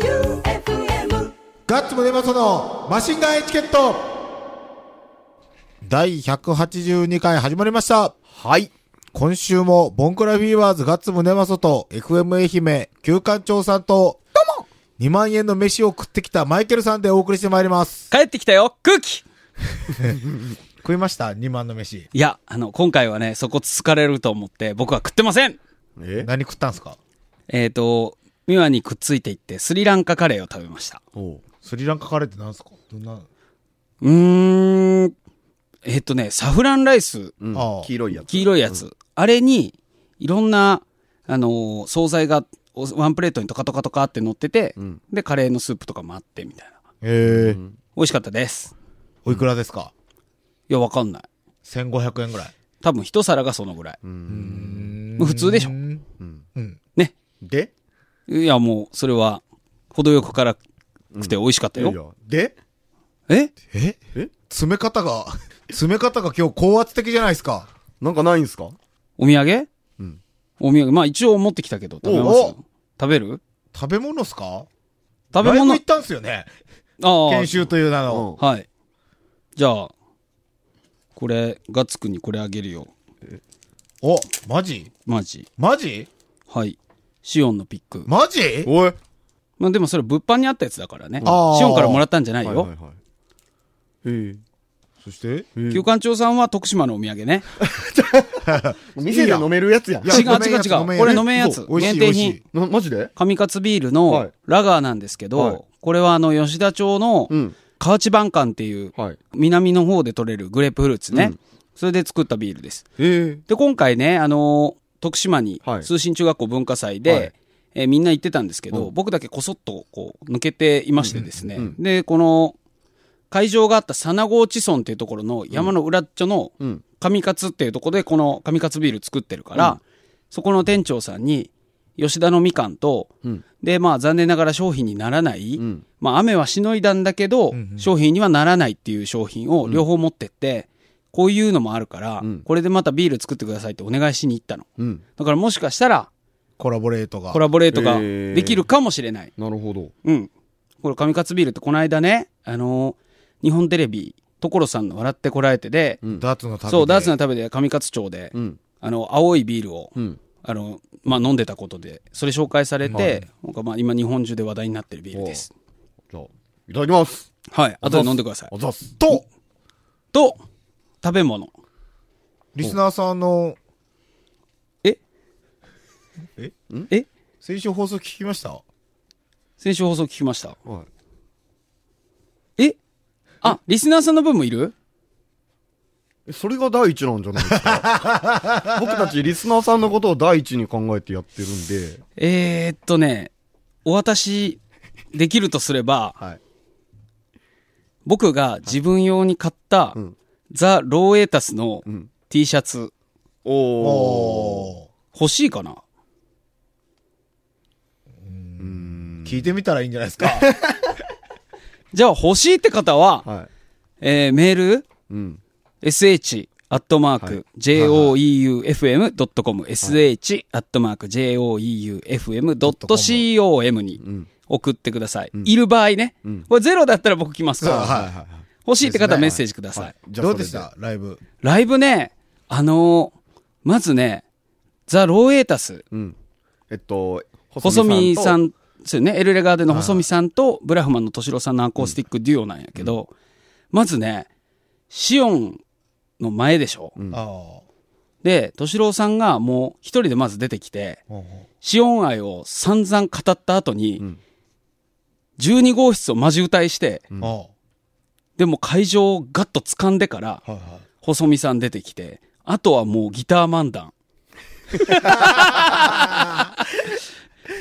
J-O-E-U-F-M ガッツムネマソのマシンガンエチケット第182回始まりましたはい。今週もボンクラフィーバーズガッツムネマソと FM 愛媛旧館長さんとどうも2万円の飯を食ってきたマイケルさんでお送りしてまいります帰ってきたよ空気食いました2万の飯いや、あの、今回はね、そこつつかれると思って、僕は食ってませんえ何食ったんすかえっ、ー、と、ミワにくっついていって、スリランカカレーを食べました。おうスリランカカレーって何すかどんな、うーん、えっ、とね、サフランライス、うんああ黄色いやつ。黄色いやつ、あれに、いろんな、あのー惣菜が、おワンプレートにトカトカトカって乗ってて、んで、カレーのスープとかもあって、みたいな。ええ美味しかったです。おいくらですかいや、わかんない。 1500円ぐらい多分一皿がそのぐらい。う普通でしょんうんうんね。でいや、もう、それは、程よく辛くて美味しかったいよ。やいやでえええ詰め方が 詰め方が今日高圧的じゃないですかなんかないんすかお土産うんお土産。まあ一応持ってきたけど、食べますおおよ。食べる食べ物っすか食べライブ物行っ。たんすよねああ。研修という名うの。はい。じゃあ、これ、ガッツくんにこれあげるよ。お、マジマジ。マジはい。シオンのピック。マジおいまあでもそれ物販にあったやつだからね。シあーオンからもらったんじゃないはいよ。はいはいえそしてえええ旧館長さんは徳島のお土産ね。店で飲めるやつやんいや違う飲めんやつ違う違う飲めんやつこれ飲めんやつそう美味しい限定品美味しいなマジで上勝ビールはのいラガーなんですけど、はいこれはあの吉田町のうん河内晩館っていうはい南の方で取れるグレープフルーツね。うんそれで作ったビールです。ええで、今回ね、あのー徳島にはい通信中学校文化祭で、はいえーみんな行ってたんですけど、うん僕だけこそっとこう抜けていましてですね、うんうんで、この会場があった佐ゴ内村っていうところの山の裏っちょのうん上勝っていうところでこの上勝ビール作ってるから、うんそこの店長さんに吉田のみかんと、うんで、まあ残念ながら商品にならない、うんまあ、雨はしのいだんだけど、んうん商品にはならないっていう商品を両方持ってって、こういうのもあるから、うんこれでまたビール作ってくださいってお願いしに行ったの。うんだからもしかしたら、コラボレートが。コラボレートがへーできるかもしれない。なるほどうん。これ、神勝ビールってこの間ね、あのー日本テレビ、所さんの笑ってこらえてで、うんダーツの旅で。そう、ダーツの旅で上勝町で、うんあの、青いビールを、うんあの、まあ、飲んでたことで、それ紹介されて、なんかまあ、今日本中で話題になってるビールです。じゃあいただきますはい。後で飲んでくださいあ。ざっすと、と、食べ物。リスナーさんのえええ先週放送聞きました先週放送聞きました。はいえあ、リスナーさんの分もいるえそれが第一なんじゃないですか 僕たちリスナーさんのことを第一に考えてやってるんでえー、っとね、お渡しできるとすれば、はい僕が自分用に買った、んザ・ローエータスのうん T シャツ、おおお欲しいかなー聞いてみたらいいんじゃないですか。じゃあ欲しいって方は、はいえーメール、うん。 sh アットマーク joeufm.com、sh アットマーク joeufm.com に送ってください。いる場合ね、これゼロだったら僕来ますから、 はいはい。欲しいってです方ねメッセージください。じゃあどうでしそれたライブ。ライブね、あのーまずね、ザ・ローエータス、うん。えっと、細見さんん、そうよね、エルレガーデンの細見さんと、ブラフマンの敏郎さんのアコースティックデュオなんやけど、まずね、シオンの前でしょ。うんああ。で、敏郎さんがもう一人でまず出てきて、ほうほシオン愛を散々語った後に、ん12号室をマジ歌いして、うあでも会場をガッと掴んでから、あ。はいはい。細見さん出てきて、あとはもうギター漫 談。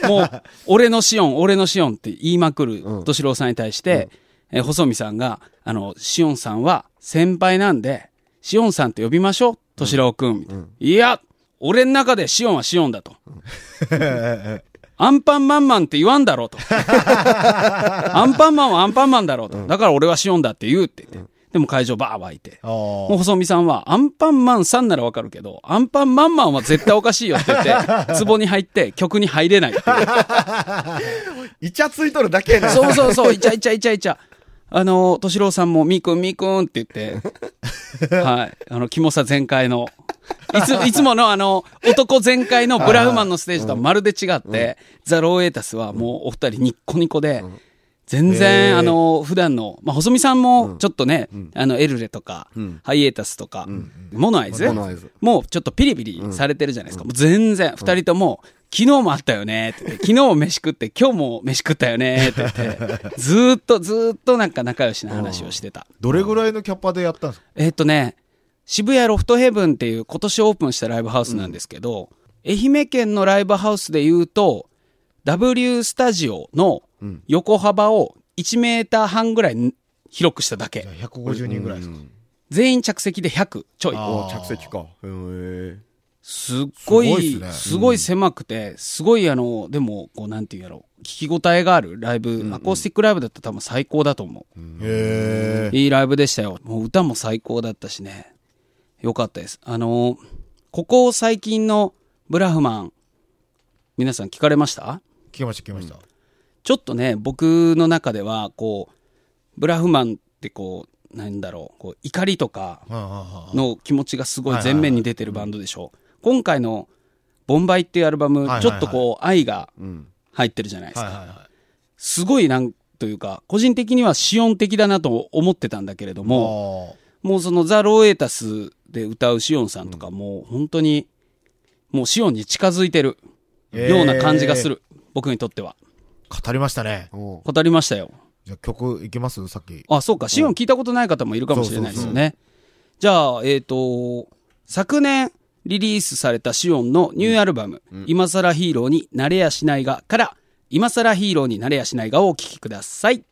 もう、俺のシオン、俺のシオンって言いまくる敏郎さんに対して、えー細見さんが、あの、シオンさんは先輩なんで、シオンさんって呼びましょう、敏郎くん、みたいな。いや、俺の中でシオンはシオンだ と。アンパンマンマンって言わんだ ろうと。アンパンマンはアンパンマンだろうと。だから俺はシオンだって言うって言って。でも会場バー湧いて。あーもう細見さんは、アンパンマンさんならわかるけど、アンパンマンマンは絶対おかしいよって言 って、壺に入って曲に入れないっていう。イチャついとるだけやな。そうそうそう、イチャイチャイチャイチャ。あの、敏郎さんも、みーくんみーくんって言って、はい。あの、キモさ全開の、いつ、いつものあの、男全開のブラフマンのステージとはまるで違って、ザ・ローエータスはもうお二人ニッコニコで、全へー然、あの、普段の、まあ、細見さんも、ちょっとね、あの、エルレとか、ハイエータスとか、モノアイズモノアイズもうちょっとピリピリされてるじゃないですか。もう全然、二人とも、昨日もあったよねって言って昨日も飯食って、今日も飯食ったよねって言って、ずーっとずーっとなんか仲良しな話をしてた。どれぐらいのキャパでやったんですかえーっとね、渋谷ロフトヘブンっていう今年オープンしたライブハウスなんですけど、愛媛県のライブハウスで言うと、W スタジオの横幅を1メーター半ぐらい広くしただけ。じゃあ150人ぐらいですか全員着席で100ちょい。あおー着席か。へーすっごすごいっい、すすねごい狭くて、すごいあの、でも、こう、なんていうんやろう、聞き応えがあるライブ、アコースティックライブだったら多分最高だと思う。へえ。いいライブでしたよ。もう歌も最高だったしね。よかったです。あの、ここ最近のブラフマン、皆さん聞かれました聞きました、聞きました。ちょっとね、僕の中では、こう、ブラフマンってこう、なんだろう、こう、怒りとか、はあはあはあの気持ちがすごい前面に出てるバンドでしょ。今回の「ボンバイ」っていうアルバムはいはい、ちょっとこう愛がうん。入ってるじゃないですはいはいか。はすごいなんというか、個人的にはシオン的だなと思ってたんだけれどい。も、ももうそのザ・ローエータスで歌うシオンさんとかもう本当に、もうシオンに近づいてるような感じがする。僕にとっては。語りましたね。おう語りましたよ。じゃあ曲いきますさっき。あ、そうか。シオン聞いたことない方もいるかもしれないですよね。じゃあ、えっ、と、昨年リリースされたシオンのニューアルバム、今更ヒーローになれやしないがから、今更ヒーローになれやしないがをお聴きください。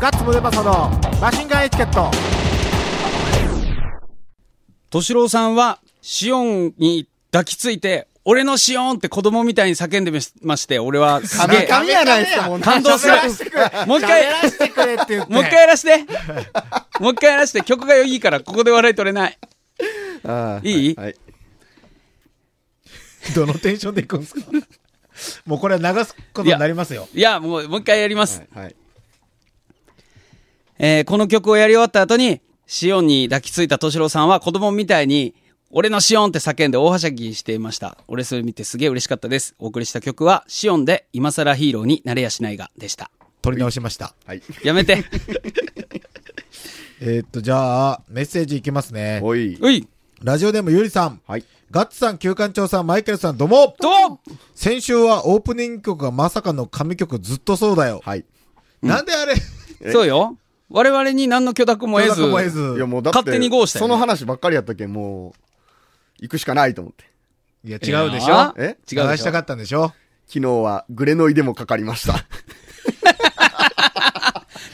ガッツムデパソのマシンガンエチケット。敏郎さんは、シオンに抱きついて、俺のシオンって子供みたいに叫んでまして、俺はす げえ、神やないっすか、もう感動する。もう一回、出してくれって言って。もう一回やらして。もう一回やらして。曲がいいから、ここで笑い取れない。あーいいはい。どのテンションでいくんですか もうこれは流すことになりますよ。いや、もう、もう一回やります。はい。えーこの曲をやり終わった後に、シオンに抱きついた敏郎さんは子供みたいに、俺のシオンって叫んで大はしゃぎしていました。俺それ見てすげえ嬉しかったです。お送りした曲は、シオンで今更ヒーローになれやしないがでした。取り直しました。はい。やめ て。えーっと、じゃあ、メッセージいきますね。おい。ういラジオネームゆりさん。はい。ガッツさん、旧館長さん、マイケルさん、どうもと先週はオープニング曲がまさかの神曲ずっとそうだよ。はい。なんであれ、そうよ。我々に何の許諾も得ず。許諾も得ずいやもうだって、勝手にゴーしたよそねの話ばっかりやったけん、もう、行くしかないと思って。いや、違うでしょいやえ違うでし流ょしたかったんでしょ昨日はグレノイでもかかりました。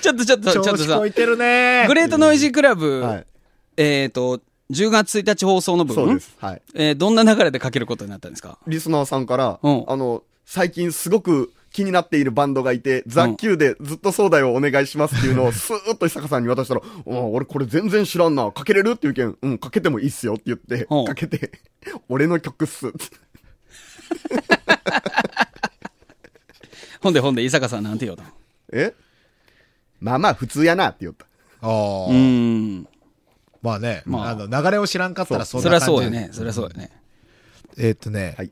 ちょっとちょっと、ちょ調っと子こさい、てるねグレートノイジークラブ、はい。えっ、と、10月1日放送の分、そうです。はい。えーどんな流れでかけることになったんですかリスナーさんから、うんあの、最近すごく気になっているバンドがいて、ザ・ッキューでずっとそうだよお願いしますっていうのをスーッと久坂さんに渡したら、うん、俺これ全然知らんな、かけれるっていうけん、うん、かけてもいいっすよって言って、うんかけて、俺の曲っす。ほんでほんで、伊坂さんなんて言おうと。えまあまあ普通やなって言った。あーうーん。まあね、まああ、の、流れを知らんかったらそそんそなり感じゃそうよね。そりゃそうよね。えーっとね、はい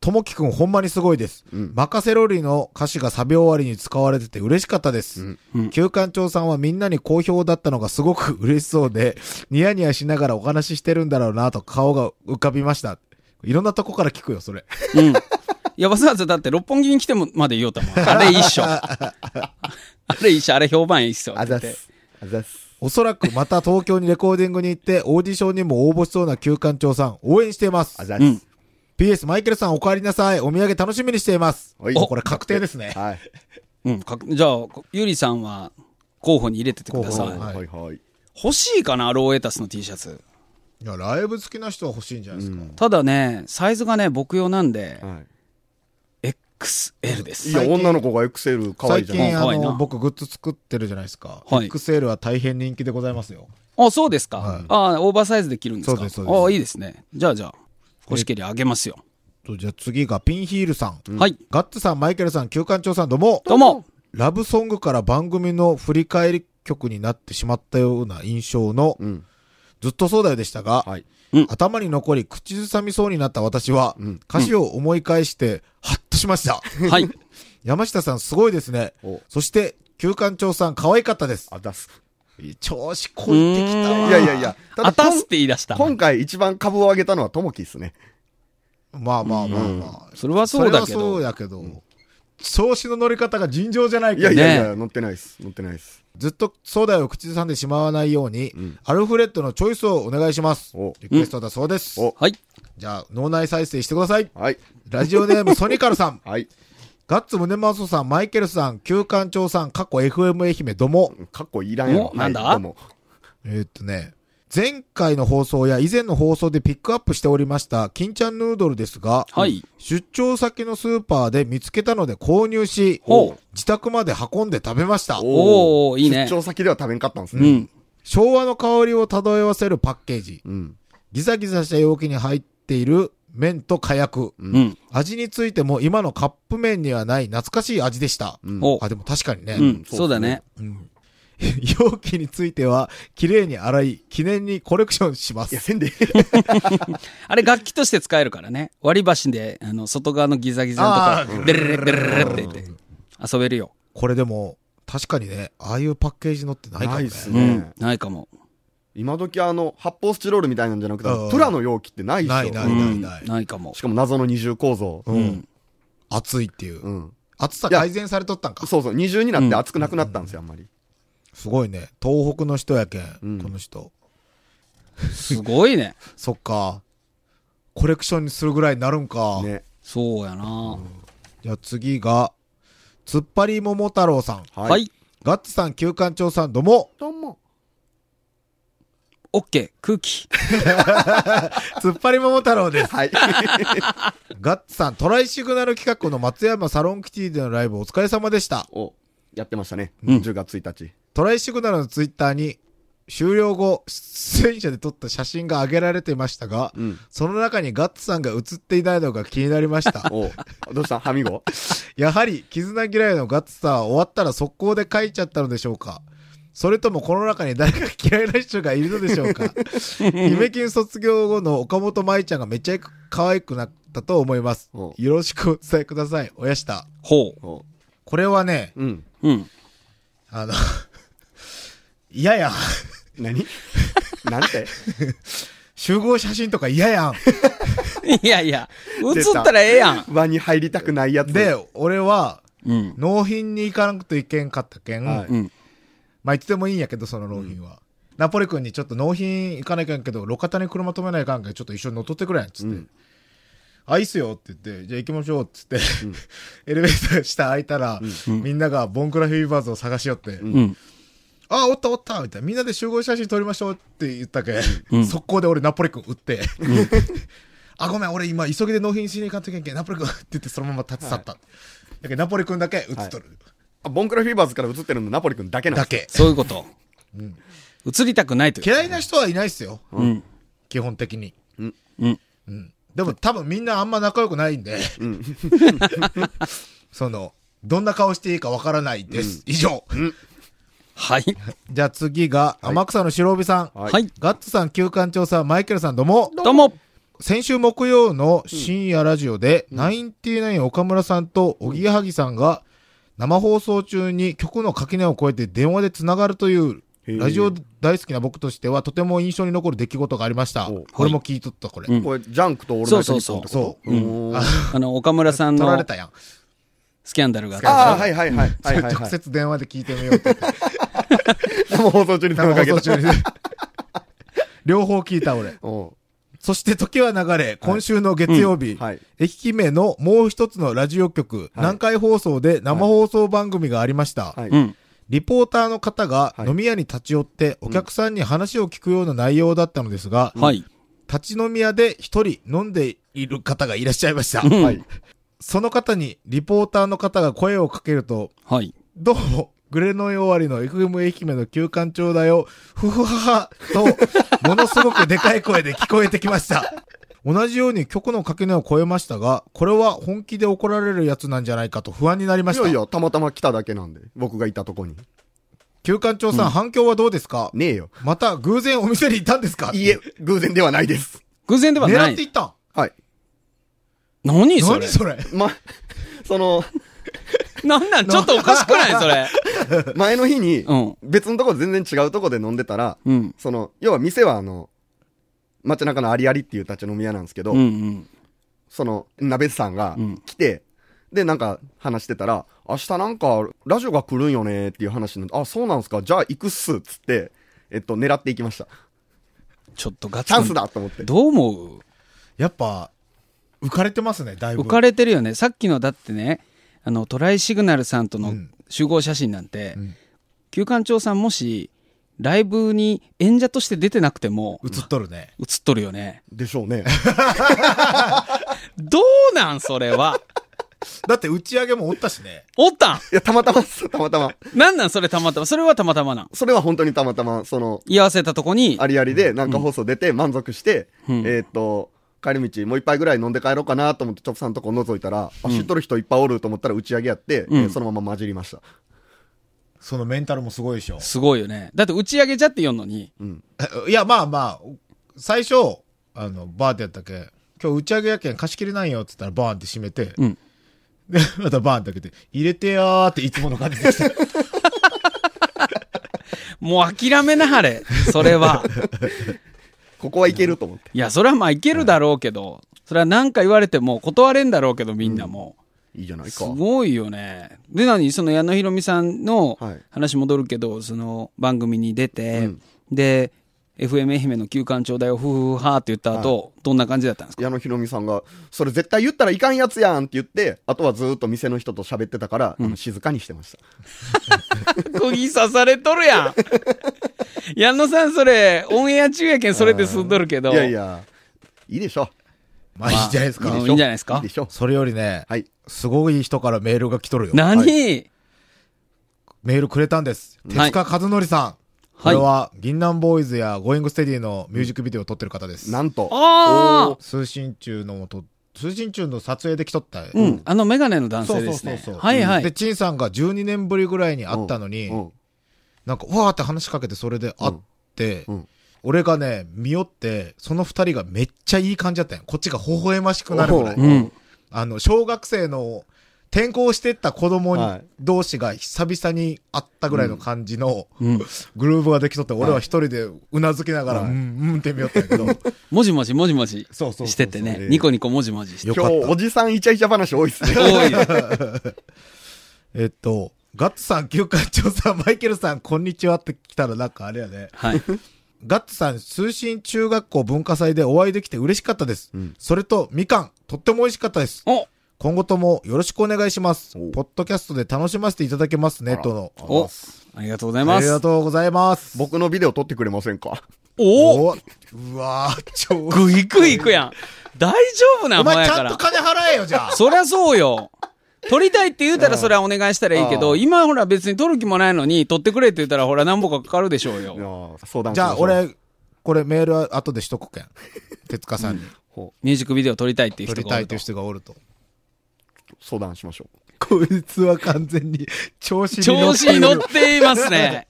ともきくんほんまにすごいです。マカセロリの歌詞がサビ終わりに使われてて嬉しかったです。旧館長さんはみんなに好評だったのがすごく嬉しそうで、ニヤニヤしながらお話ししてるんだろうなと顔が浮かびました。いろんなとこから聞くよ、それ。うん。いや、わざわざだって六本木に来てもまで言おうと思う。あれ一緒。あれ一緒、あれ評判いいっすよ。あざっす。あざっす。おそらくまた東京にレコーディングに行って、オーディションにも応募しそうな旧館長さん、応援していますあ。ざっうす。ん。 PS マイケルさんお帰りなさい。お土産楽しみにしています。おいおこれ確定ですね。はい。うん。かじゃあ、ゆりさんは候補に入れててくださ候補い。はいはいはい。欲しいかな、ローエタスの T シャツ。いや、ライブ好きな人は欲しいんじゃないですか。ただね、サイズがね、僕用なんで、はい。 XL です。いや、女の子が XL 可愛い最じゃん。近、可あ愛いなの、僕グッズ作ってるじゃないですか。はい XL は大変人気でございますよ。あ、そうですか。はいああ、オーバーサイズで着るんですか。そうですそうですああ、いいですね。じゃあじゃあ、欲しけりゃあげますよ。とじゃあ次がピンヒールさん。はい。ガッツさん、マイケルさん、旧館長さん、どうも。どうも。ラブソングから番組の振り返り曲になってしまったような印象の、んずっとそうだよでしたが、はいうん頭に残り口ずさみそうになった私は、歌詞を思い返して、ハッとしま した。はい。山下さんすごいですねお。そして、旧館長さん可愛かったです。あ、出す。調子こいてきたうーわ。んいやいやいや。あたすってて言い出した。今回一番株を上げたのはトモキですね。まあまあまあまあ。それはそうだけそれはそうど。やけど、調子の乗り方が尋常じゃないいけどやいね。やいや、乗ってないです。乗ってないです。ずっとソーダを口ずさんでしまわないように、んアルフレッドのチョイスをお願いしますお。リクエストだそうです。おはい。じゃあ、脳内再生してください。はい。、ラジオネームソニカルさんはい。ガッツムネマソさん、マイケルさん、旧館長さん、過去 FM 愛媛、どうも。かっこいいらんやろおはいなんだどうもえーっとね、前回の放送や以前の放送でピックアップしておりました、金ちゃんヌードルですが、はい出張先のスーパーで見つけたので購入しほう、自宅まで運んで食べました。おーいいね出張先では食べんかったんですうね。ん。昭和の香りを漂わせるパッケージ。うん。ギザギザした容器に入っている麺と火薬。うん。味についても今のカップ麺にはない懐かしい味でした。おあ、でも確かにね。ううんん。そうそうだね。 容器については綺麗に洗い、記念にコレクションしまいや、す。せんで。あれ楽器として使えるからね。割り箸で、あの、外側のギザギザのとこ、デレレレレレレって言って、遊べるよ。これでも、確かにね、ああいうパッケージのってないかもないねっ。すうねん。。ないかも。今時あの、発泡スチロールみたいなんじゃなくてうん、プラの容器ってないっすよ。ないなういん。ないないかもし。かも謎の二重構造。うん。熱いっていうう。ん。熱さ改善されとったんか。そうそう、二重になって熱くなくなったんですよ、あんまり。すごいね。東北の人やけん、んこの人。すごいね。そっか。コレクションにするぐらいになるんか。ね。そうやな。じゃあ次が、つっぱり桃太郎さん。は。い。ガッツさん、旧館長さん、どうも。どうも。オッケー。空気。つっぱり桃太郎 です。 はい。ガッツさん、トライシグナル企画の松山サロンキティでのライブお疲れ様でした。お、やってましたね。うん10月1日。トライシグナルのツイッターに、終了後、出演者で撮った写真が上げられてましたが、んその中にガッツさんが写っていないのが気になりました。 お、どうしたはみごやはり、絆嫌いのガッツさんは終わったら速攻で書いちゃったのでしょうかそれともこの中に誰か嫌いな人がいるのでしょうか夢金卒業後の岡本舞ちゃんがめっちゃ可愛くなったと思います。およろしくお伝えください。おやした。ほお、これはね、うん。う。うん。あの、 嫌やん。何 なんて集合写真とか嫌や いやいや、映ったらええやん。輪に入りたくないやん。つ。で、俺は、うん。納品に行かなくといけんかったけん、はいうん。まあ、いつでもいいんやけど、その納品は。ナポリ君にちょっと納品行かないかんけど、路肩に車止めないかんけど、ちょっと一緒に乗っ取ってくれんっつって。あ、いいっすよって言って、じゃあ行きましょうっつって、 エレベーター下開いたら、みんながボンクラフィーバーズを探しよって、うん。あ、おったおったみたいな、みんなで集合写真撮りましょうって言ったけ、速攻で俺ナポリ君打って、 あ、ごめん、俺今急ぎで納品しに行かんといけんけん、ナポリ君って言ってそのまま立ち去った。だけどナポリ君だけ写っとる。あボンクラフィーバーズから映ってるのナポリ君だけなんだでけ。すそういうこと。映りたくないという。嫌いな人はいないっすよ。うん。基本的に。うん。でも多分みんなあんま仲良くないんで、 その、どんな顔していいかわからないです。以上。はい。じゃあ次が、天草の白帯さん。はいはい。ガッツさん、旧館長さん、マイケルさん、どうも。どうも。先週木曜の深夜ラジオで、ナインティナイン岡村さんとおぎやはぎさんが、生放送中に局の垣根を越えて電話で繋がるという、へえラジオ大好きな僕としては、とても印象に残る出来事がありましたお。これも聞いとった、これ。うんこれ、ジャンクとオールナイトニッポンってこと。そううんああの、岡村さん取らのれたやん。スキャンダルがあった。あー、はいはいはい。はいはいは直い。接電話で聞いてみようって言って。生放送中 に生電放話かけ送た。中に。 両方聞いた俺。おそして時は流れ、今週の月曜日、うんはい愛媛のもう一つのラジオ局、南海放送で生放送番組がありました。はいうん。リポーターの方がはい飲み屋に立ち寄って、お客さんに話を聞くような内容だったのですが、はい。立ち飲み屋で一人飲んでいる方がいらっしゃいました。うんはい。その方にリポーターの方が声をかけると、はい。どうも、グレノイ終わりの FM 愛媛の休館長だよ、ふふはは、と、ものすごくでかい声で聞こえてきました。同じように曲の垣根を越えましたが、これは本気で怒られるやつなんじゃないかと不安になりまいしやた。いや、たまたま来ただけなんで、僕がいたとこに。休館長さん、反響はどうですかねえよ。また、偶然お店にいたんですかいいえ、偶然ではないです。偶然ではな狙っていい。ったんはい。何それ何それま、 その、なんなんちょっとおかしくないそれ。前の日にうん、別のとこ全然違うとこで飲んでたら、うん。その、要は店はあの、街中のありありっていう立ち飲み屋なんですけど、うんうん。その、鍋さんがうん来て、で、なんか話してたら、明日なんかラジオが来るんよねっていう話になって、あ、そうなんすかじゃあ行くっすっつって、えっと、狙っていきました。ちょっとガチチャンスだと思って。どう思うやっぱ、浮かれてますね、だいぶ。浮かれてるよね。さっきのだってね、あの、トライシグナルさんとうのん集合写真なんて、うん旧館長さんもし、ライブに演者として出てなくても、映っとるね。映っとるよね。でしょうね。どうなんそれ は。だって打ち上げもおったしね。おったん いや、たまたまっす、たまたま。なんなんそれたまたま。それはたまたまなん。それは本当にたまたま、その、居合わせたとこにあ、りありで、なんか放送出て満足して、うんえーっと、帰り道、もう一杯ぐらい飲んで帰ろうかなと思って、チョップさんのとこ覗いたら、あ知っとる人いっぱいおると思ったら打ち上げやって、うんえーそのまま混じりました。そのメンタルもすごいでしょ。すごいよね。だって打ち上げじゃって言うのに、いや、まあまあ、最初、あの、バーってやったっけ、今日打ち上げやけん貸し切れないよって言ったらバーンって閉めて、うんで、またバーンって開けて、入れてやーっていつもの感じでした。もう諦めなはれ。それ は。ここはいけると思って。いや、それはまあいけるだろうけど、それは何か言われても断れんだろうけど、みんなも。いいじゃないすか。ごいよね。で、何その矢野ひろみさんのはい話戻るけど、その番組に出て、うんで、FM 愛媛の休館長だよ、ふふふはーって言った後、どんな感じだったんですか矢野ひろみさんが、それ絶対言ったらいかんやつやんって言って、あとはずーっと店の人と喋ってたから、あの静かにしてました。釘刺されとるやん矢野さんそれ、オンエア中やけんそれで済んどるけど。いやいや、いいでしょ。 まあいいじゃないですか。いいんじゃないですかいいでしょ。それよりね、はい。すごい人からメールが来とるよ。何、メールくれたんです。手塚和則さん。これは、銀杏ボーイズやゴーイングステディのミュージックビデオを撮ってる方です。なんと、ああ通信中のもと、通信中の撮影で来とった。うん、あのメガネの男性ですね。そうそうそうそうはいはい。で、陳さんが12年ぶりぐらいに会ったのに、うん、なんか、うわーって話しかけて、それで会って、うんうん俺がね、見よって、その二人がめっちゃいい感じだったんよこっちが微笑ましくなるぐらいお。ううん。あの、小学生の、転校してった子供に、はい同士が久々に会ったぐらいの感じの、うん。グルーブができとって、俺は一人でうなずきながら、はいうん、うんって見よったんやけど、 もじもじもじもじそうそうそうそうしててねえ。えニコニコもじもじして。よか今った日、おじさんイチャイチャ話多いっす ね。多いです。えっと、ガッツさん、旧館長さん、マ イケルさん、こんにちはって来たらなんかあれやね。はい。ガッツさん、通信中学校文化祭でお会いできて嬉しかったです。うんそれと、みかん、とっても美味しかったです。お今後ともよろしくお願いしますお。ポッドキャストで楽しませていただけますね、との。おありがとうございあまりすが。とうございます。僕のビデオ撮ってくれませ んかおおうわぁ、ちょ、グイグイ行くやん。大丈夫なおん前前やちかゃんとら。金払えよ、じゃあ。そりゃそうよ。撮りたいって言うたらそれはお願いしたらいいけあど、あ今ほら別に撮る気もないのに、撮ってくれって言ったらほら何本かかかるでしょういやよ。ー相談しじましゃょあ、う。俺、これメールは後でしとくけん。手塚さんに。ほミュージックビデオ撮りたいっていう取人りがたおいるとという。人がおると。相談しましょこいつは完全に調子に乗っ調子てにい乗るっ。ていま すね。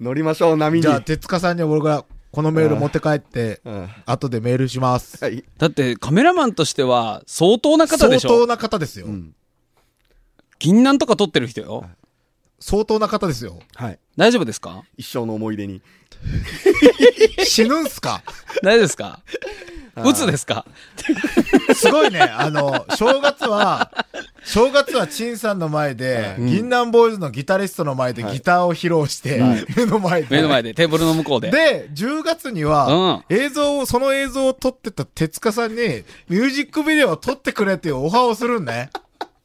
う。乗りましょう、波に。じゃあ、手塚さんに俺がこのメール持って帰って、うん後でメールします。はい。だってカメラマンとしては相当な方相でし当ょな方ですよ。ん銀杏とか撮ってる人よ。相当な方ですよ。はい。大丈夫ですか一生の思い出に。死ぬんすか大丈夫ですかうつですかすごいね。あの、正月は、正月は陳さんの前で、銀杏ボーイズのギタリストの前でギターを披露して、目の 前で。目の前で、テーブルの向こうで。で、10月には、映像を、その映像を撮ってた手塚さんに、ミュージックビデオを撮ってくれっていうオファーをするんね。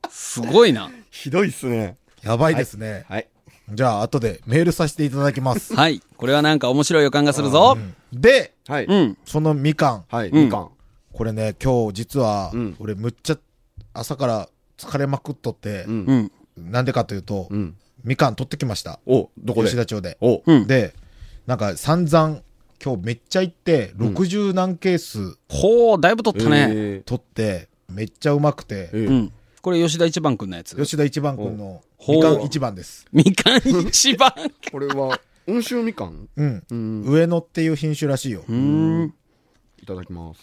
すごいな。ひどいっすね。やばいですね。はい。じゃあ、後でメールさせていただきます。はい。これはなんか面白い予感がするぞ。で、はい。うん。そのみかん。はい。うんみかん。これね、今日実はうん、俺むっちゃ朝から疲れまくっとって、んうん。なんでかというと、うん。みかん取ってきました。お、どこで吉田町で。お、うん。で、なんか散々、今日めっちゃ行って、60何ケースほう、だいぶ取ったね。えー取って、めっちゃうまくて、えーうん。これ吉田一番くんのやつ。吉田一番くんのほうみかん一番です。みかん一 番。これは、温州みかんうん。うん。上野っていう品種らしいよ。こうん。いただきます。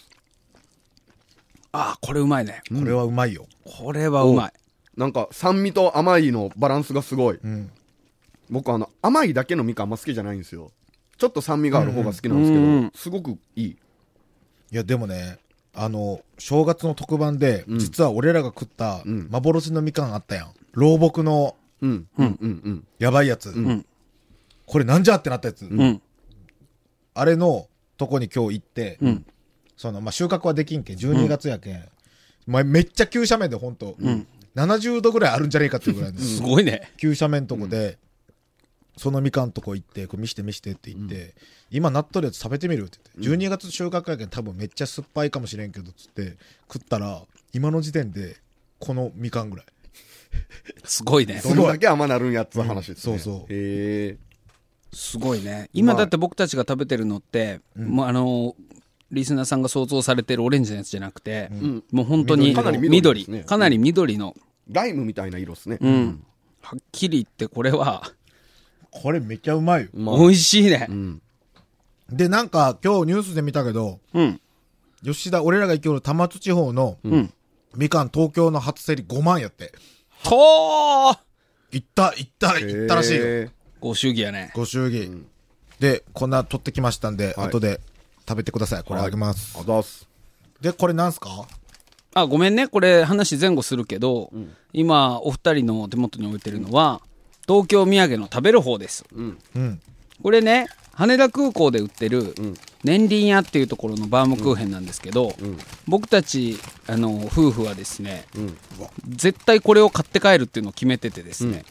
ああ、これうまいね。れはうまいよ。これはうまい。なんか、酸味と甘いのバランスがすごい。うん。僕、あの、甘いだけのみかんあんま好きじゃないんですよ。ちょっと酸味がある方が好きなんですけど、うんすごくいい。いや、でもね、あの、正月の特番で、実は俺らが食ったん幻のみかんあったやん。老木のうん、うん、うん、うん。やばいやつ。んこれなんじゃってなったやつ。うん。あれのとこに今日行って、んその、まあ、収穫はできんけん、12月やけん。まあ、めっちゃ急斜面でほんと、70度ぐらいあるんじゃねえかっていうぐらいですすごいね。急斜面のとこで、そのみかんとこ行って、これ見して見してって言って、今なっとるやつ食べてみるって言って、12月収穫やけん多分めっちゃ酸っぱいかもしれんけど、つって、食ったら、今の時点で、このみかんぐらい。すごいね。どんだけ甘なるんやっつう話です、ねうんそうそうへえ。すごいね。今だって僕たちが食べてるのって、もうあの、リスナーさんが想像されてるオレンジのやつじゃなくて、んもう本当に緑のかなり緑緑ですね、かなり緑の、ライムみたいな色ですね。うん。はっきり言ってこれは、これめっちゃうまいよ。まあ美味しいねう。ん。で、なんか今日ニュースで見たけど、うん。吉田、俺らが生きる多摩津地方の、んみかん東京の初競り5万やって。とー行った、行った、行ったらしいよ。へご祝儀やね。ご祝儀。で、こんな取ってきましたんで、はい後で食べてください。これあげます。ー。あざっす。で、これなんすかあ、ごめんね。これ話前後するけど、今、お二人の手元に置いてるのは、東京土産の食べる方です。うん。これね、羽田空港で売ってる、年輪屋っていうところのバームクーヘンなんですけど、僕たち、あの、夫婦はですね、絶対これを買って帰るっていうのを決めててですね、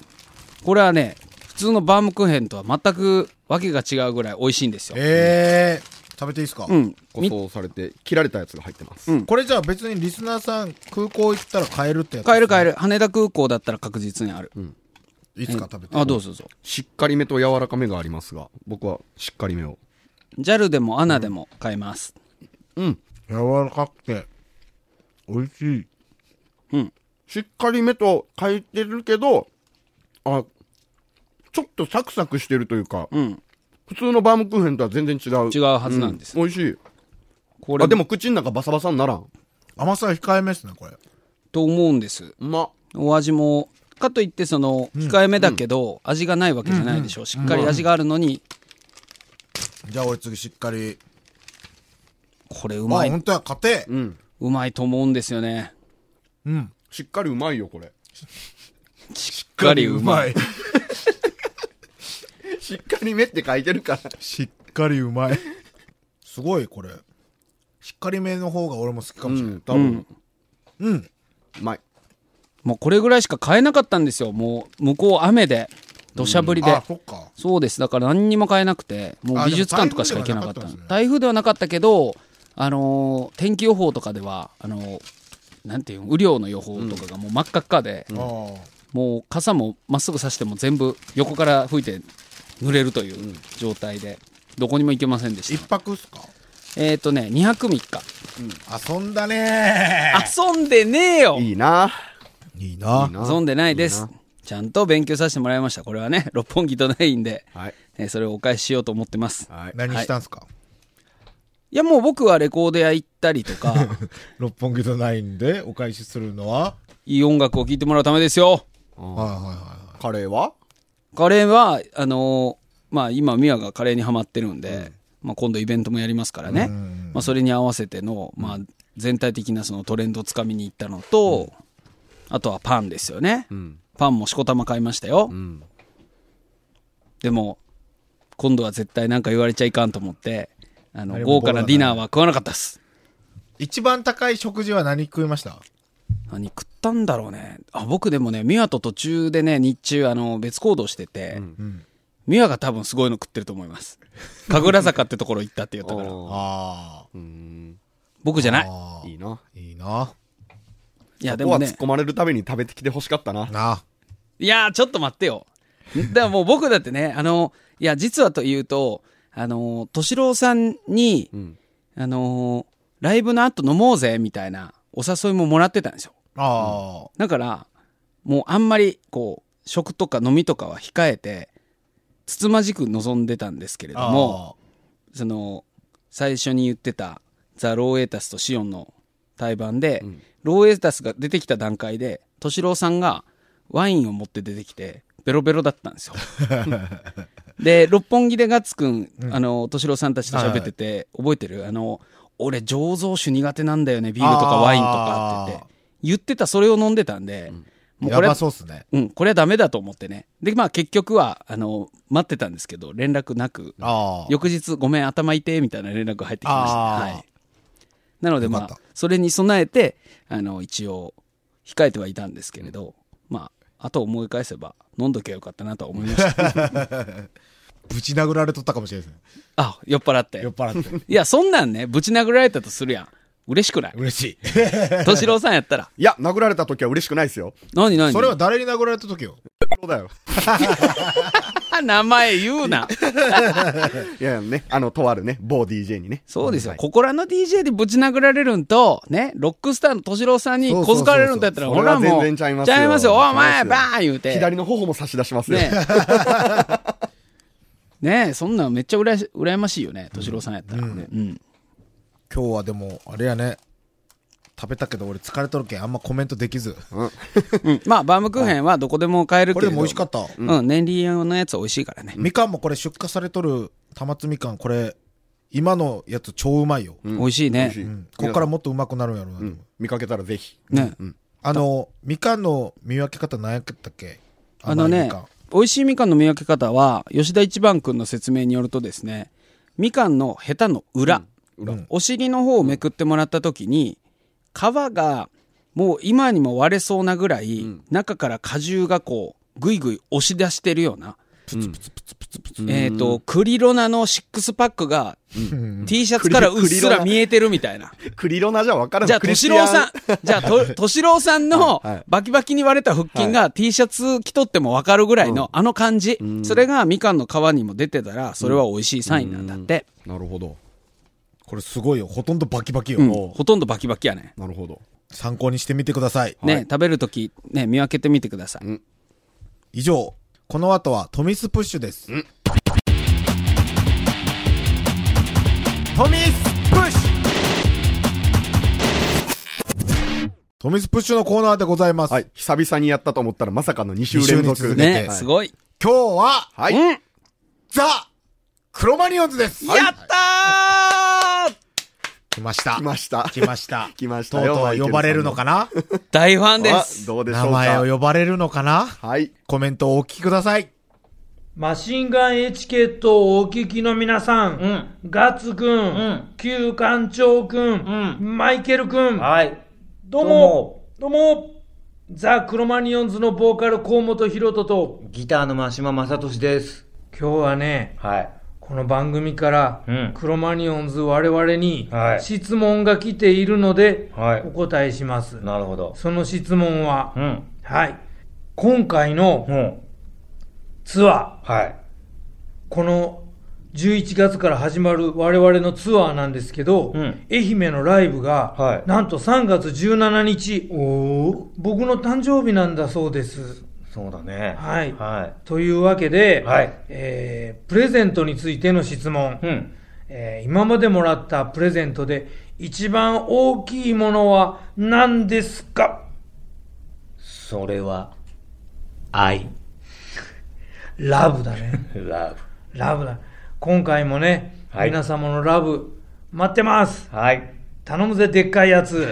これはね、普通のバームクーヘンとは全く訳が違うぐらい美味しいんですよ。ええー、食べていいですか、うん。塗装されて、切られたやつが入ってます。うんこれじゃあ別にリスナーさん空港行ったら買えるってやつ、買える買える。羽田空港だったら確実にある。える。いつか食べて。あ、どうぞどうぞ。しっかりめと柔らかめがありますが、僕はしっかりめを。 JAL でも ANA でも買えます。うん。柔らかくて、美味しい。しっかりめと書いてるけど、あ、ちょっとサクサクしてるというか、ん普通のバームクーヘンとは全然違う。違うはずなんですう美味しい。これあ、でも口の中バサバサにならん。甘さ控えめっすね、これ。と思うんです。うま。お味も、かといってその、控えめだけど、味がないわけじゃないでしょう。しっかり味があるのに、じゃあ俺次しっかり。これううまあ、ほいん、とや、勝て、うん。うまいと思うんですよね。うん。しっかりうまいよ、これ。しっかりうまい。い。しっかりめって書いてるから。しっかりうまい。すごい、これ。しっかりめの方が俺も好きかうもしれない。ん、多分、うん。うまい。もうこれぐらいしか買えなかったんですよ。もう、向こう雨で、土砂降りで。あ、そっか。そうです。だから何にも買えなくて、もう美術館とかしか行けなかった。あで台も風ではなかったけど、あのー天気予報とかでは、あのーなんていうの雨量の予報とかがもう真っ赤っかで、ああ。もう傘もまっすぐ差しても全部横から吹いて濡れるという状態で、どこにも行けませんでし一た。泊っすかえっ、とね、2泊3日。遊んだね遊んでねえよいいな。ーいいないいな遊んでないですいいなちゃんと勉強させてもらいました。これはね、 六本木とないんで、はい。えーそれをお返ししようと思ってます。はい。何したんすか、いや、もう僕はレコード屋行ったりと か、六本木のナインでお返しするのはいい音楽を聴いてもらうためですよ。はいはいはカレーはカレーは、あのーまあ今、ミワがカレーにハマってるんで、まあ今度イベントもやりますからね。まあそれに合わせての、まあ全体的なそのトレンドをつかみに行ったのと、あとはパンですよね。んパンもしこたま買いましたよ。んでも、今度は絶対なんか言われちゃいかんと思って、あの、何も豪華なディナーは食わなかったっす。い一番高い食事は何食いました何食ったんだろうね。あ、僕でもね、ミワと途中でね、日中、あの、別行動してて、ミワが多分すごいの食ってると思い ます。神楽坂ってところ行ったって言ったから。ああー。うん。僕じゃない。あいいな。いいないいや、でここもは突ねっ。込まれるために食べてきてほしかったな。なあ。いやー、ちょっと待ってよ。だからもう僕だってね、あの、いや、実はというと、あの、敏郎さんに、んあの、ライブの後飲もうぜ、みたいなお誘いももらってたんですよ。ああ。だから、もうあんまり、こう、食とか飲みとかは控えて、つつまじく望んでたんですけれども、その、最初に言ってた、ザ・ローエタスとシオンの対バンで、ローエタスが出てきた段階で、敏郎さんがワインを持って出てきて、ベロベロだったん ですよ。で、六本木でガッツくん、あの、敏郎さんたちと喋ってて、覚えてるあの、俺醸造酒苦手なんだよね、ビールとかワインとかって言ってあ。言ってたそれを飲んでたんで、もうやこればはそうっすね。うん、これはダメだと思ってね。で、まあ結局は、あの、待ってたんですけど、連絡なく、ああ。翌日ごめん、頭痛いみたいな連絡が入ってきました。あーはい。なのでまよかあった、それに備えて、あの、一応、控えてはいたんですけれど、まあ、あと思い返せば、飲んどきゃよかったなとは思いました。ぶち殴られとったかもしれないですね。あ、酔っ払って酔っ。払って。いや、そんなんね、ぶち殴られたとするやん。嬉しくない 嬉し敏郎さんやったら。いや、殴られた時は嬉しくないですよ。何い。何それは誰に殴られた時よ。そうだよ。名前言うな。いやいやね、あの、とあるね、某 DJ にね。そうですよ。はいここらの DJ でぶち殴られるんと、ね、ロックスターの敏郎さんにそう小そうそうそうづかれるんだったら、そほれらはも全う、然ちゃいますよ。ちゃいますよ。お前、ちゃいバますーン言うて。左の頬も差し出しますよ。ねねえ、そんなんめっちゃうらや羨ましいよね、敏郎さんやったらね。うん。今日はでも、あれやね。食べたけど俺疲れとるけんあんまコメントできず。うんまあ、バームクーヘンはどこでも買えるけこれれど。でも美味しかった。うん、年輪用のやつ美味しいからね。みかんもこれ出荷されとる玉津みかん、これ、今のやつ超うまいよ。美味しいね美味。しいうんこっからもっとうまくなるんやろうなとう思う。ん見かけたらぜひ。ね。あの、みかんの見分け方何やったっけあの甘いねみかん、美味しいみかんの見分け方は、吉田一番くんの説明によるとですね、みかんのヘタの裏、お尻の方をめくってもらった時に、皮がもう今にも割れそうなぐらい、中から果汁がこう、ぐいぐい押し出してるような、えっ、と、クリロナのシックスパックが、T シャツからうっすら見えてるみたいな。クリロナじゃ分から んじゃあ、クリス敏ティア郎ンさん、じゃあ、と、敏郎さんのはいバキバキに割れた腹筋が T シャツ着とってもわかるぐらいのあの感じ。それがみかんの皮にも出てたら、それは美味しいサインなんだって。なるほど。これすごいよ。ほとんどバキバキよ。うん。ほとんどバキバキやね。なるほど。参考にしてみてください。ね、食べるとき、ね、見分けてみてください。以上、この後はトミスプッシュです。トミスプッシュトミスプッシュのコーナーでございます。はい。久々にやったと思ったらまさかの2週連二週続。に続けてね、すごい。今日は、はい。うんやザ・クロマニオンズです。った来ました。来ました。来ました。 来ましたとうよとマうイケルさん呼ばれるのかなー大ファンであす。どうでしょう名か。前を呼ばれるのかなはい。コメントをお聞きください。マシンガンエチケットをお聞きの皆さん、ガッツくん、旧館長くん、マイケルくん、はい。どうも、どうも、ザ・クロマニオンズのボーカル河本ロ人と、ギターの真島正俊です。今日はね、はい。この番組から、うんクロマニオンズ我々にはい質問が来ているので、はいお答えします。なるほど。その質問は、うん。はい、今回のうん。ツアー、はい。この11月から始まる我々のツアーなんですけど、うん愛媛のライブが、はいなんと3月17日僕の誕生日なんだそうですそうだね。はいはというわけで、はいえープレゼントについての質問、い。うん。えー今までもらったプレゼントで一番大きいものは何ですかそれは、愛。ラブだねラ ラブだ今回もね、はい皆様のラブ待ってますブ。はい。頼むぜ、でっかいや つ。はい、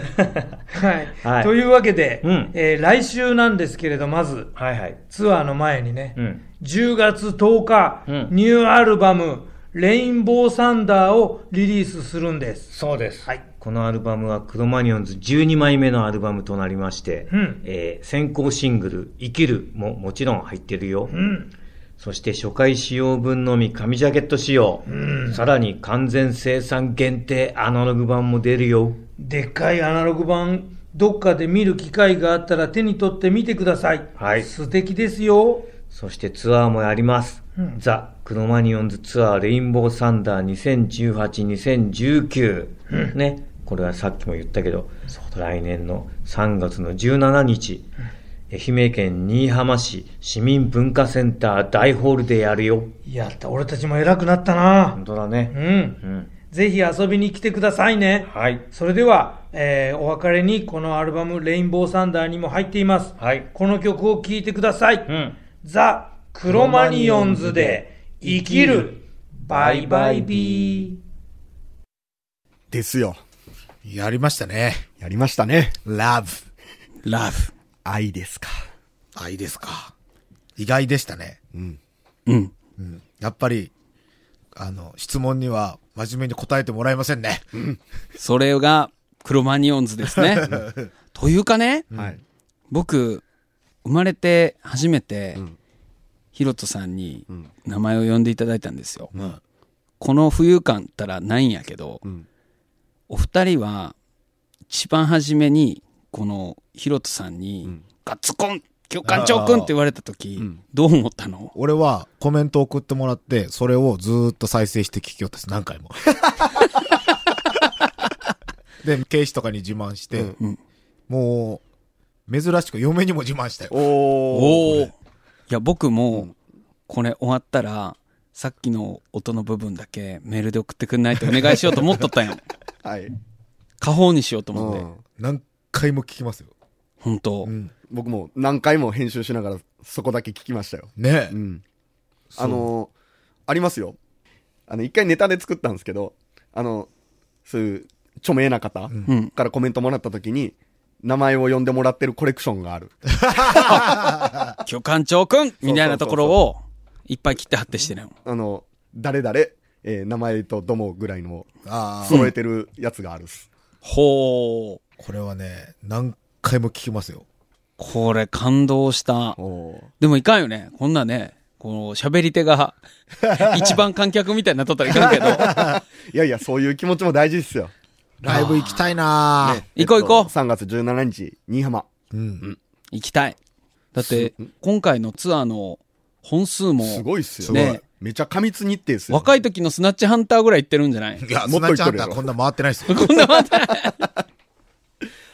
はいというわけで、うんえー来週なんですけれど、まず、はいはい。ツアーの前にね、うん10月10日、うんニューアルバム、レインボーサンダーをリリースするんです。そうです。はい。このアルバムはクロマニオンズ12枚目のアルバムとなりまして、うんえー先行シングル、生きるももちろん入ってるよ。うん。そして初回使用分のみ紙ジャケット使用。さらに完全生産限定アナログ版も出るよ。でっかいアナログ版どっかで見る機会があったら手に取ってみてください。はい素敵ですよ。そしてツアーもやります。ザ・クノマニオンズツアーレインボーサンダー2018-2019。ね。これはさっきも言ったけど、来年の3月の17日、愛媛県新居浜市市民文化センター大ホールでやるよ。やった、俺たちも偉くなったな本。当だうね。ん。うん。ぜひ遊びに来てくださいね。はい。それでは、えーお別れにこのアルバム、レインボーサンダーにも入っています。はいこの曲を聴いてください。うん。ザ・クロマニオンズで生きる。バイバイビー。ですよ。やりましたね。やりましたね。ラブ。ラ愛ですか。あ、いいですか。意外でしたね。ブ。うん。やっぱり、あの、質問には真面目に答えてもらえませんね。それが、クロマニオンズです ね。というかね、はい。僕、生まれて初めて、ヒロトさんに名前を呼んでいただいたんですよ。この浮遊感ったらないんやけど、んお二人は、一番初めに、このヒロトさんに、ガッツコン教官長くんって言われた時、どう思ったの俺はコメント送ってもらって、それをずーっと再生して聞きよったです、何 回も。で、警視とかに自慢して、もう、珍しく嫁にも自慢したよ。おー。おおいや僕もこれ終わったらさっきの音の部分だけメールで送ってくんないってお願いしようと思っとった んよはい。過方にしようと思って、うん何回も聞きますよ。本当、うん。僕も何回も編集しながらそこだけ聞きましたよ。ねえ。ん。あの、ありますよ。あの、一回ネタで作ったんですけど、あの、そういう著名な方んからコメントもらった時に、名前を呼んでもらってるコレクションがある。巨艦長くんみたいなところをいっぱい切って貼ってしてるよあの、誰々、えー名前とどもぐらいのああ、揃えてるやつがあるっす。ほうこれはね、何回も聞きますよ。これ感動したおーでもいかんよねこんなねこの喋り手 が一番観客みたいになっとったらいかんけどいやいや、そういう気持ちも大事ですよ。ライブ行きたいなー行こう行こう3月17日、新居浜。うん。行きたいだって今回のツアーの本数もすごいっすよ。ねめちゃ過密日程っすよ。若い時のスナッチハンターぐらい行ってるんじゃ ないいや、ももっっとと行っちとゃるんやたろこんな回ってないです よ。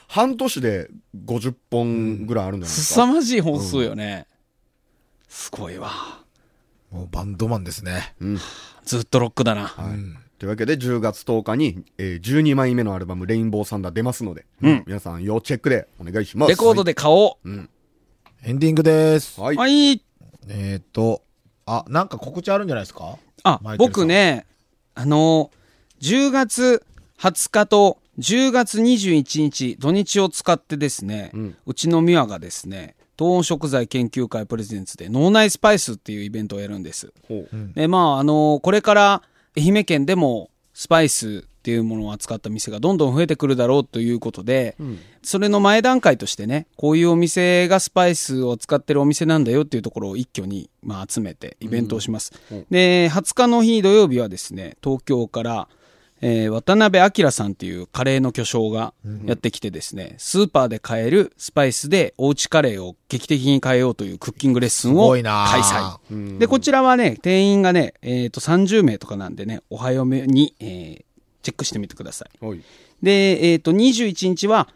半年で50本ぐらいあるんじゃないです凄か。まじい本数よね。すごいわ。もうバンドマンですね。ずっとロックだな。というわけで、10月10日に、えー12枚目のアルバム、レインボーサンダー出ますので、皆さん要チェックでお願いします。レコードで買おう。エンディングです。はい。は。はいい。えっ、と、あ、なんか告知あるんじゃないですかあマイ、ケルさん僕ね、あの、10月20日と10月21日、土日を使ってですね、うちのミワがですね、東温食材研究会プレゼンツで脳内スパイスっていうイベントをやるんです。ほうでまああのこれから愛媛県でもスパイスっていうものを扱った店がどんどん増えてくるだろうということで、それの前段階としてねこういうお店がスパイスを使ってるお店なんだよっていうところを一挙に、まあ、集めてイベントをします、で20日の日土曜日はですね東京から、えー渡辺明さんっていうカレーの巨匠がやってきてですね、スーパーで買えるスパイスでおうちカレーを劇的に変えようというクッキングレッスンすをご開いなあ催で、こちらはね、定員がね、えっ、と、30名とかなんでね、お早めに、えーチェックしてみてください。はい。で、えっ、と、21日は、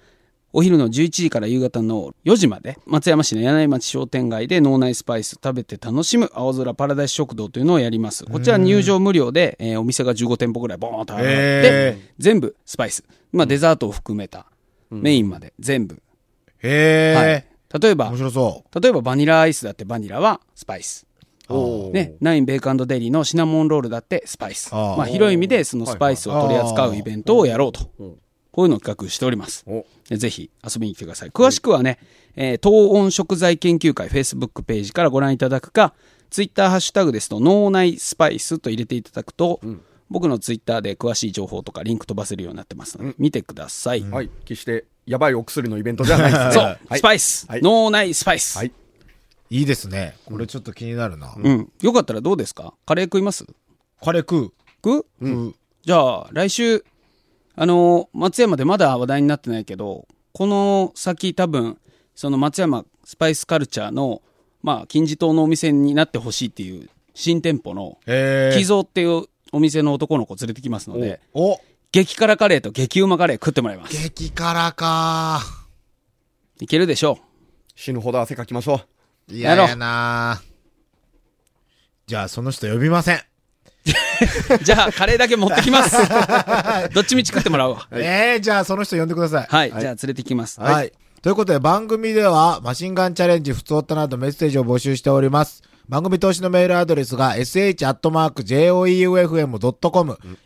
お昼の11時から夕方の4時まで、松山市の柳井町商店街で脳内スパイス食べて楽しむ青空パラダイス食堂というのをやります。こちら入場無料で、えーお店が15店舗ぐらいボーンとあって、へ全部スパイス。まあ、デザートを含めた、メインまで全部。へはえい、。例えば面、白そ例えばバニラアイスだってバニラはスパイス。おーね、ナインベーカンドデリーのシナモンロールだってスパイス。ああまあ、広い意味でそのスパイスを取り扱うイベントをやろうと。こういうのを企画しておりますお。でぜひ遊びに来てください。詳しくはね、えー、東温食材研究会 Facebook ページからご覧いただくか、Twitter ハッシュタグですと脳内スパイスと入れていただくと、僕の Twitter で詳しい情報とかリンク飛ばせるようになってますので、見てください。はい。決して、やばいお薬のイベントじゃないですね。 そう、はいスパイス、はい脳内スパイス。はい。う。いいですね。これちょっと気になるな。うん。よかったらどうですかカレー食いますカレー食う。食うじゃあ、来週、あのー松山でまだ話題になってないけど、この先多分、その松山スパイスカルチャーの、まあ、金字塔のお店になってほしいっていう新店舗の、へ木え。蔵っていうお店の男の子連れてきますので、お、激辛カレーと激うまカレー食ってもらいます。激辛かいけるでしょ死ぬほど汗かきましょいややなじゃあ、その人呼びません。 う。じゃあ、カレーだけ持ってき ます。どっちみち食ってもらうわ。ええ、じゃあ、その人呼んでください。はい、じゃあ連れてきます。はい。ということで番組ではマシンガンチャレンジ、普通ったなどメッセージを募集しております。番組投資のメールアドレスが sh.joeufm.com、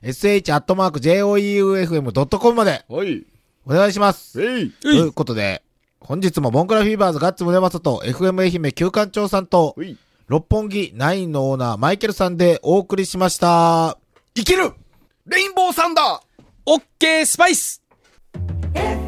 sh.joeufm.com までう。はい。お願いします。えい。ということで、本日もボンクラフィーバーズガッツムネマサと FM 愛媛旧館長さんとほ、い。六本木ナインのオーナーマイケルさんでお送りしました。いけるレインボーサンダーオッケースパイス F